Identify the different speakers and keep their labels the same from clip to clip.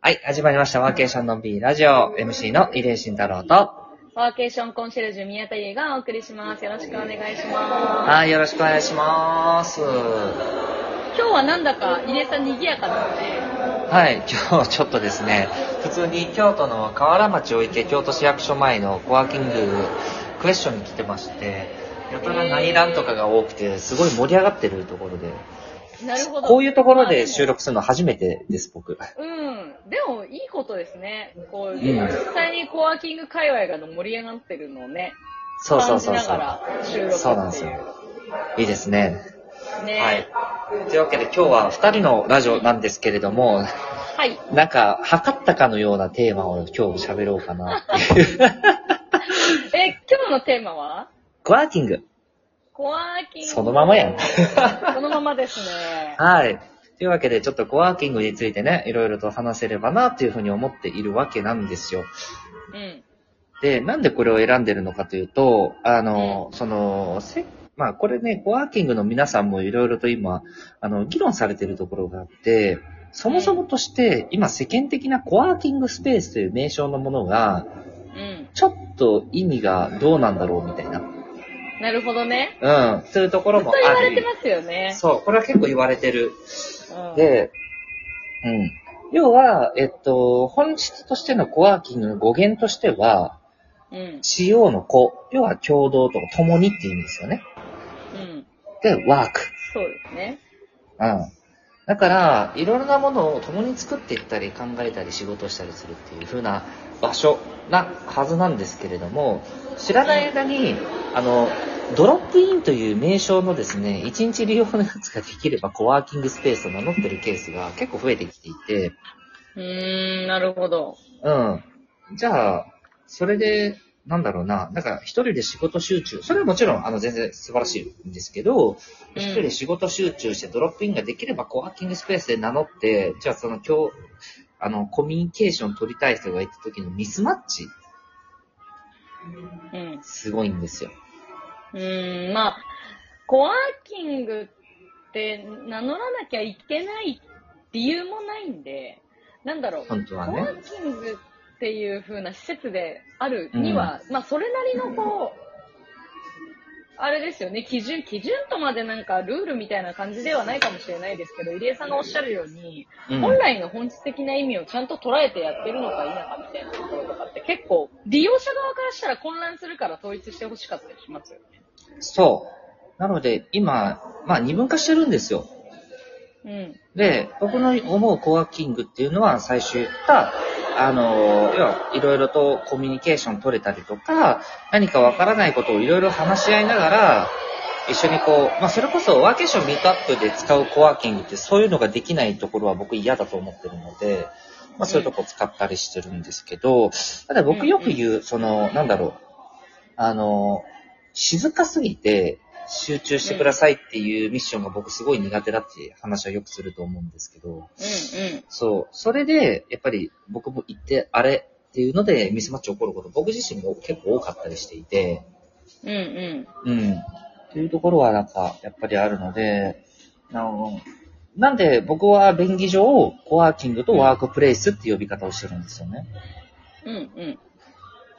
Speaker 1: はい、始まりました。ワーケーションのんびりラジオ、MC の入江慎太郎と、
Speaker 2: ワーケーションコンシェルジュ宮田優がお送りします。よろしくお願いしま
Speaker 1: はい、よろしくお願いします。は
Speaker 2: す。今日はなんだか入江さん賑やかなので、
Speaker 1: い、今日ちょっとですね、普通に京都の河原町を行って、京都市役所前のコワーキングクエスチョンに来てまして、やたら内覧とかが多くて、すごい盛り上がってるところで、
Speaker 2: なるほど。
Speaker 1: こういうところで収
Speaker 2: 録。
Speaker 1: 録するの初めてです、僕。
Speaker 2: うん。でもいいことですね。こう、
Speaker 1: ん
Speaker 2: 実際にコワーキング界隈が盛り上がってるのをね、
Speaker 1: そうそうそう
Speaker 2: 感じ
Speaker 1: そ
Speaker 2: な
Speaker 1: う
Speaker 2: が。ら収録っていう。
Speaker 1: そうなんですよ。いいですね。
Speaker 2: ね。
Speaker 1: はい。というわけで今日は2人のラジオなんですけれども、
Speaker 2: はい。
Speaker 1: なんか、測ったかのようなテーマを今日喋ろうかなっ ていう。
Speaker 2: え、今日のテーマは
Speaker 1: コワーキング。
Speaker 2: コワーキング。
Speaker 1: そのままやん。
Speaker 2: そのままですね。
Speaker 1: はい。というわけで、ちょっとコワーキングについてね、いろいろと話せればな、というふうに思っているわけなんですよ。
Speaker 2: うん。
Speaker 1: で、なんでこれを選んでるのかというと、あの、その、せまあ、これね、コワーキングの皆さんもいろいろと今、あの、議論されているところがあって、そもそもとして、今世間的なコワーキングスペースという名称のものが、
Speaker 2: う
Speaker 1: ちょっと意味がどうなんだろうみたいな。
Speaker 2: ん。なるほどね。
Speaker 1: うん、というとこ
Speaker 2: ず
Speaker 1: ろ
Speaker 2: っと
Speaker 1: も
Speaker 2: 言わ
Speaker 1: あ
Speaker 2: れて
Speaker 1: り。
Speaker 2: ますよね。
Speaker 1: そう、これは結構言われてる。
Speaker 2: うん、
Speaker 1: で、うん。要は、えっと、本質としてのコワーキングの語源としては、
Speaker 2: うん。
Speaker 1: 使用の子、要は共同とか共にっていうんですよね。
Speaker 2: うん。
Speaker 1: で、ワーク。
Speaker 2: そうですね。
Speaker 1: うん。だから、いろいろなものを共に作っていったり、考えたり、仕事をしたりするっていう風な場所なはずなんですけれども、知らない間に、あの、ドロップインという名称のですね、一日利用のやつができればコワーキングスペースを名乗ってるケースが結構増えてきていて、
Speaker 2: うーん、なるほど。
Speaker 1: うん。じゃあ、それで、なんだろうな、なんか一人で仕事集中、それはもちろん、あの、全然素晴らしいんですけど、
Speaker 2: うん
Speaker 1: 一人で仕事集中してドロップインができれば、コワーキングスペースで名乗って、じゃあその今日、あの、コミュニケーション取りたい人がいた時のミスマッチ、
Speaker 2: うん。
Speaker 1: すごいんですよ。
Speaker 2: うーん、まあ、コワーキングって名乗らなきゃいけない理由もないんで、なんだろう、
Speaker 1: 本当は
Speaker 2: コワ
Speaker 1: ね。
Speaker 2: ーキングっていう風な施設であるには、まあ、それなりのこう、あれですよね、基準、基準とまでなんかルールみたいな感じではないかもしれないですけど、入江さんがおっしゃるように、
Speaker 1: うん
Speaker 2: 本来の本質的な意味をちゃんと捉えてやってるのか否かみたいなところとかって結構、利用者側からしたら混乱するから統一してほしかったりしますよね。
Speaker 1: そう。なので、今、まあ二分化してるんですよ。
Speaker 2: うん。
Speaker 1: で、僕の思うコワーキングっていうのは、最初言った、あの、要はいろいろとコミュニケーション取れたりとか、何かわからないことをいろいろ話し合いながら、一緒にこう、まあ、それこそワーケーションミートアップで使うコワーキングってそういうのができないところは僕嫌だと思ってるので、まあ、そういうとこ使ったりしてるんですけど、ただ僕よく言う、その、なんだろう、あの、静かすぎて集中してくださいっていうミッションが僕すごい苦手だって話はよくすると思うんですけど、
Speaker 2: うん
Speaker 1: そう、それで、やっぱり僕も行って、あれっていうのでミスマッチ起こること、僕自身も結構多かったりしていて、
Speaker 2: うん。うん
Speaker 1: うん。っていうところはなんか、やっぱりあるので、あのなんで僕は便宜上、コワーキングとワークプレイスって呼び方をしてるんですよね。
Speaker 2: うん。うんうん。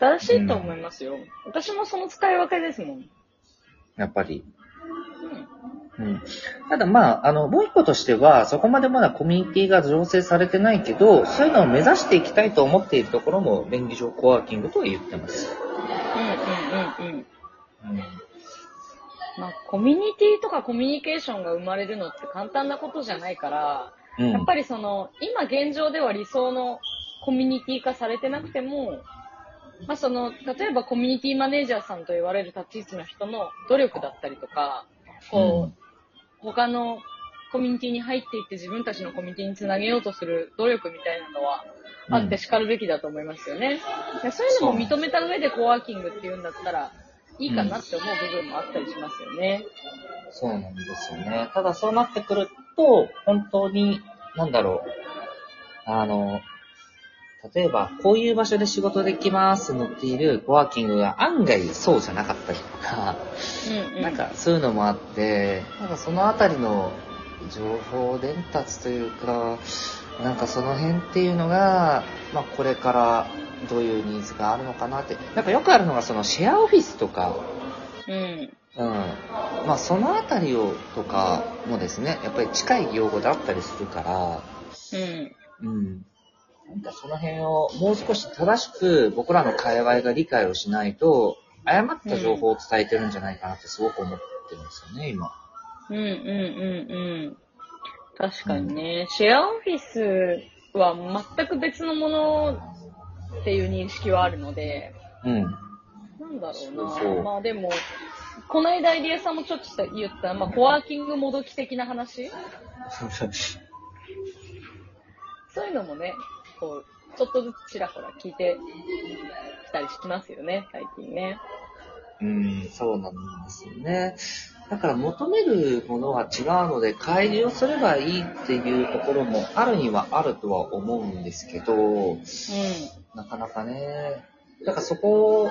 Speaker 2: 正しいと思いますよ。私もその使い分けですもん。
Speaker 1: やっぱり。
Speaker 2: うん。
Speaker 1: うんただまあ、あの、もう一個としては、そこまでまだコミュニティが醸成されてないけど、そういうのを目指していきたいと思っているところも、便宜上コワーキングとは言ってます。
Speaker 2: うんうんうんう
Speaker 1: う
Speaker 2: ん。
Speaker 1: ん、
Speaker 2: まあ、コミュニティとかコミュニケーションが生まれるのって簡単なことじゃないから、
Speaker 1: うん
Speaker 2: やっぱりその、今現状では理想のコミュニティ化されてなくても、まあその、例えばコミュニティマネージャーさんと言われる立ち位置の人の努力だったりとか、こう、他のコミュニティに入っていって自分たちのコミュニティにつなげようとする努力みたいなのは
Speaker 1: うん
Speaker 2: あって叱るべきだと思いますよね。でそういうのも認めた上でコワーキングっていうんだったら、いいかなって思う部分もあったりしますよね。
Speaker 1: そうなんですよね。ただそうなってくると、本当に、なんだろう。あの、例えば、こういう場所で仕事できますって載っているコワーキングが案外そうじゃなかったりとか、
Speaker 2: うんうん。
Speaker 1: なんかそういうのもあって、なんかそのあたりの情報伝達というか、なんかその辺っていうのが、まあ、これからどういうニーズがあるのかなってなんかよくあるのがそのシェアオフィスとか、
Speaker 2: うん。
Speaker 1: うんまあ、その辺りをとかもですねやっぱり近い用語だったりするから、
Speaker 2: うん。
Speaker 1: うん、なんかその辺をもう少し正しく僕らの界隈が理解をしないと誤った情報を伝えてるんじゃないかなってすごく思ってるんですよね今。
Speaker 2: うんうんうんうん。確かにね、シェアオフィスは全く別のものっていう認識はあるので、
Speaker 1: うん
Speaker 2: なんだろう
Speaker 1: そ
Speaker 2: な。
Speaker 1: うそう
Speaker 2: まあでも、この間、入江さんもちょっと言った、まあ、コワーキングもどき的な話そういうのもね、こう、ちょっとずつちらほら聞いてきたりしますよね、最近ね。
Speaker 1: うん、そうなんですよね。だから求めるものは違うので、乖離をすればいいっていうところもあるにはあるとは思うんですけど、なかなかね、だからそこ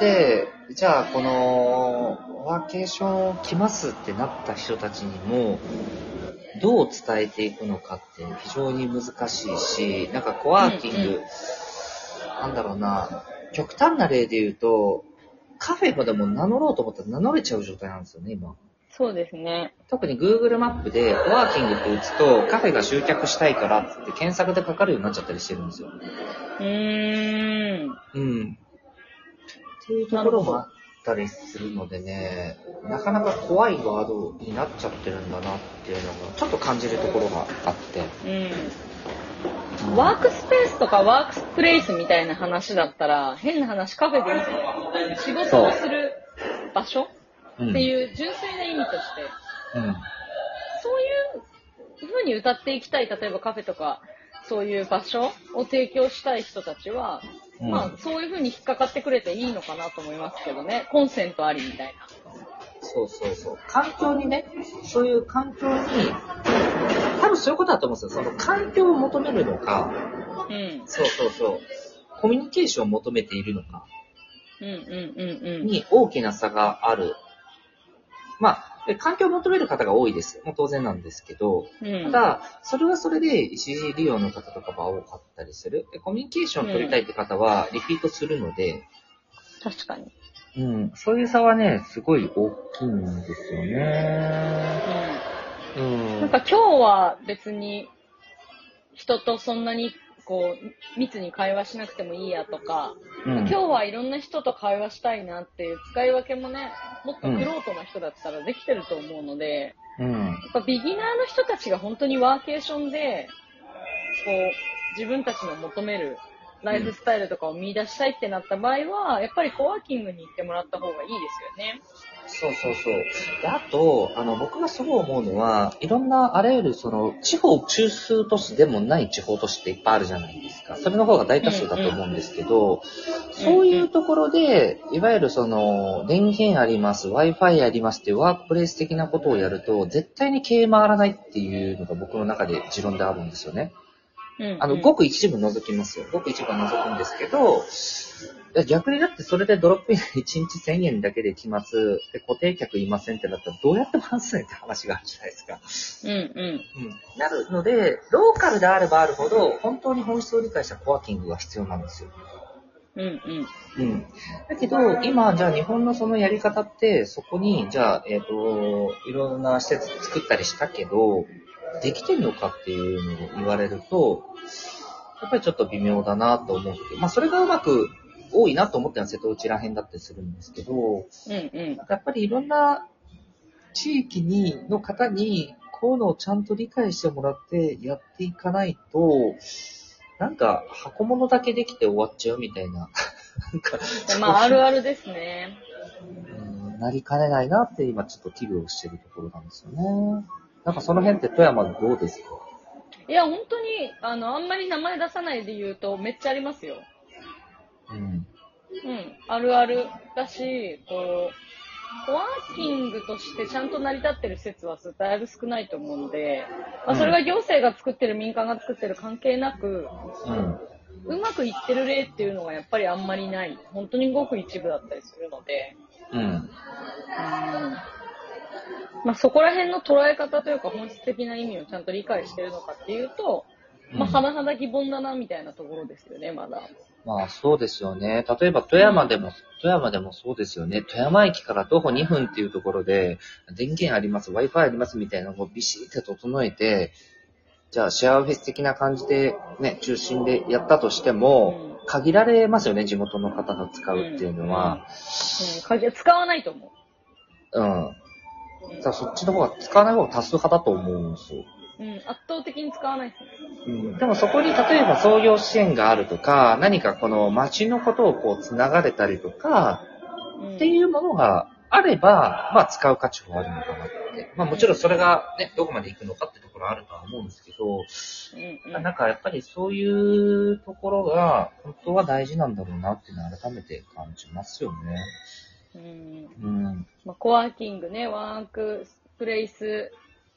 Speaker 1: で、じゃあこのワーケーションを来ますってなった人たちにも、どう伝えていくのかって非常に難しいし、なんかコワーキング、
Speaker 2: うんう
Speaker 1: なんだろうな、極端な例で言うと、カフェまでも名乗ろうと思ったら名乗れちゃう状態なんですよね、今。
Speaker 2: そうですね。
Speaker 1: 特に Google マップで、コワーキングって打つと、カフェが集客したいからって検索でかかるようになっちゃったりしてるんですよ。
Speaker 2: うーん。
Speaker 1: うん。っていうところもあったりするのでね、なかなか怖いワードになっちゃってるんだなっていうのが、ちょっと感じるところがあって。
Speaker 2: うん。ワークスペースとかワークプレイスみたいな話だったら、変な話カフェでいいとか、仕事をする場所
Speaker 1: うん
Speaker 2: っていう純粋な意味として、
Speaker 1: うん。
Speaker 2: そういう風に歌っていきたい、例えばカフェとか、そういう場所を提供したい人たちは、
Speaker 1: うん
Speaker 2: まあ、そういう風に引っかかってくれていいのかなと思いますけどね。コンセントありみたいな。
Speaker 1: そうそうそう。環境にね、そういう環境に、多分そういうことだと思うんですよ。その環境を求めるのか、
Speaker 2: うん。うん
Speaker 1: そうそうそう。コミュニケーションを求めているのか。
Speaker 2: うんうんうん。
Speaker 1: に大きな差がある。まあ、で環境を求める方が多いです。もう当然なんですけど、
Speaker 2: うん、
Speaker 1: ただ、それはそれで一時利用の方とかが多かったりする。でコミュニケーション取りたいって方はリピートするので、
Speaker 2: 確かに。
Speaker 1: うん、そういう差はね、すごい大きいんですよね。
Speaker 2: うん
Speaker 1: うん。
Speaker 2: なんか今日は別に人とそんなにこう密に会話しなくてもいいやとか、
Speaker 1: うん、
Speaker 2: 今日はいろんな人と会話したいなっていう使い分けもね、もっとクロートな人だったらできてると思うので、
Speaker 1: うん。
Speaker 2: やっぱビギナーの人たちが本当にワーケーションで、こう自分たちの求めるライフスタイルとかを見出したいってなった場合は、やっぱりコワーキングに行ってもらった方がいいです
Speaker 1: そうそうそう。であと、あの、僕がすごい思うのは、いろんな、あらゆる、その、地方中枢都市でもない地方都市っていっぱいあるじゃないですか。それの方が大多数だと思うんですけど、そういうところで、いわゆるその、電源あります、Wi-Fi ありますっていうワークプレイス的なことをやると、絶対に経営回らないっていうのが僕の中で持論であるんですよね。
Speaker 2: よね。
Speaker 1: あの、ごく一部覗きますよ。ごく一部は覗くんですけど、いや逆にだってそれでドロップイン1日1000円だけで来ます。で、固定客いませんってなったらどうやって回すねんって話があるじゃないですか。
Speaker 2: うんうん。
Speaker 1: うん。なるので、ローカルであればあるほど、本当に本質を理解したコワーキングが必要なんですよ。
Speaker 2: うんうん。
Speaker 1: うん。だけど、今、じゃあ日本のそのやり方って、そこに、じゃあ、えっ、と、いろんな施設作ったりしたけど、できてんのかっていうのを言われると、やっぱりちょっと微妙だなと思って、まあそれがうまく多いなと思ってるのは瀬戸内ら辺だったりするんですけど、
Speaker 2: うんうん。
Speaker 1: やっぱりいろんな地域に、の方に、こういうのをちゃんと理解してもらってやっていかないと、なんか箱物だけできて終わっちゃうみたいな、なんか、
Speaker 2: まあ、あるあるですね。
Speaker 1: うんなりかねないなって今ちょっと危惧をしてるところなんですよね。なんかその辺って富山どうですか
Speaker 2: いや、本当に、あの、あんまり名前出さないで言うと、めっちゃありますよ。
Speaker 1: うん。
Speaker 2: うん。あるあるだし、こう、コワーキングとしてちゃんと成り立ってる施設はだいぶ少ないと思うので、まあ、それは行政が作ってる、民間が作ってる関係なく、
Speaker 1: うん。
Speaker 2: うまくいってる例っていうのがやっぱりあんまりない。本当にごく一部だったりするので、
Speaker 1: うん。
Speaker 2: うんまあ、そこら辺の捉え方というか本質的な意味をちゃんと理解してるのかっていうと、まあ、
Speaker 1: うん
Speaker 2: 甚だ疑問だな、みたいなところですよね、まだ。
Speaker 1: まあそうですよね。例えば富山でも、富山でもそうですよね。富山駅から徒歩2分っていうところで、電源あります、Wi-Fi ありますみたいなのをビシッて整えて、じゃあシェアフェス的な感じでね、中心でやったとしても、
Speaker 2: うん
Speaker 1: 限られますよね、地元の方が使うっていうのは。
Speaker 2: うん、鍵は使わないと思
Speaker 1: うん。
Speaker 2: う。うん
Speaker 1: じゃあそっちの方が、使わない方が多数派だと思うんですよ。
Speaker 2: うん、圧倒的に使わないですね。
Speaker 1: うんでもそこに例えば創業支援があるとか、何かこの街のことをこう繋がれたりとか、
Speaker 2: うん
Speaker 1: っていうものがあれば、まあ使う価値はあるのかなって。まあもちろんそれがね、どこまで行くのかってところはあるとは思うんですけど、
Speaker 2: うん
Speaker 1: なんかやっぱりそういうところが本当は大事なんだろうなっていうのは改めて感じますよね。
Speaker 2: うんうん
Speaker 1: うん。
Speaker 2: まあ、コワーキングね、ワークプレイス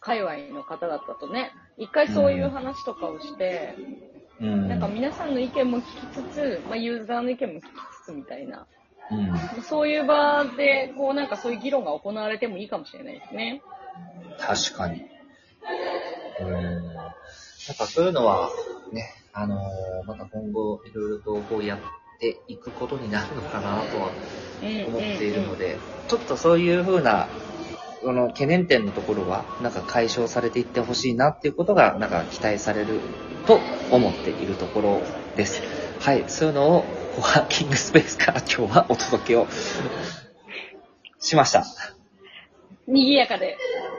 Speaker 2: 界隈の方だったとね、一回そういう話とかをして、
Speaker 1: うん。
Speaker 2: なんか皆さんの意見も聞きつつ、まあ、ユーザーの意見も聞きつつみたいな、
Speaker 1: うん。
Speaker 2: そういう場で、こうなんかそういう議論が行われてもいいかもしれないですね。
Speaker 1: 確かに。うん。なんかそういうのは、ね、あのーまた今後いろいろとこうやっていくことになるのかなとは
Speaker 2: うんうん
Speaker 1: 思っているので、ちょっとそういうふうな、この懸念点のところは、なんか解消されていってほしいなっていうことが、なんか期待されると思っているところです。はい、そういうのを、コワーキングスペースから今日はお届けを しました。
Speaker 2: うん賑やかで。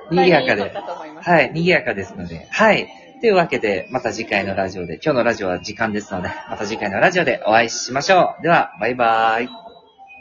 Speaker 1: 賑やか
Speaker 2: 大変良
Speaker 1: で
Speaker 2: かっ。たと思います。
Speaker 1: はい、賑やかですので。はい。というわけで、また次回のラジオで、今日のラジオは時間ですので、また次回のラジオでお会いしましょう。では、バイバーイ。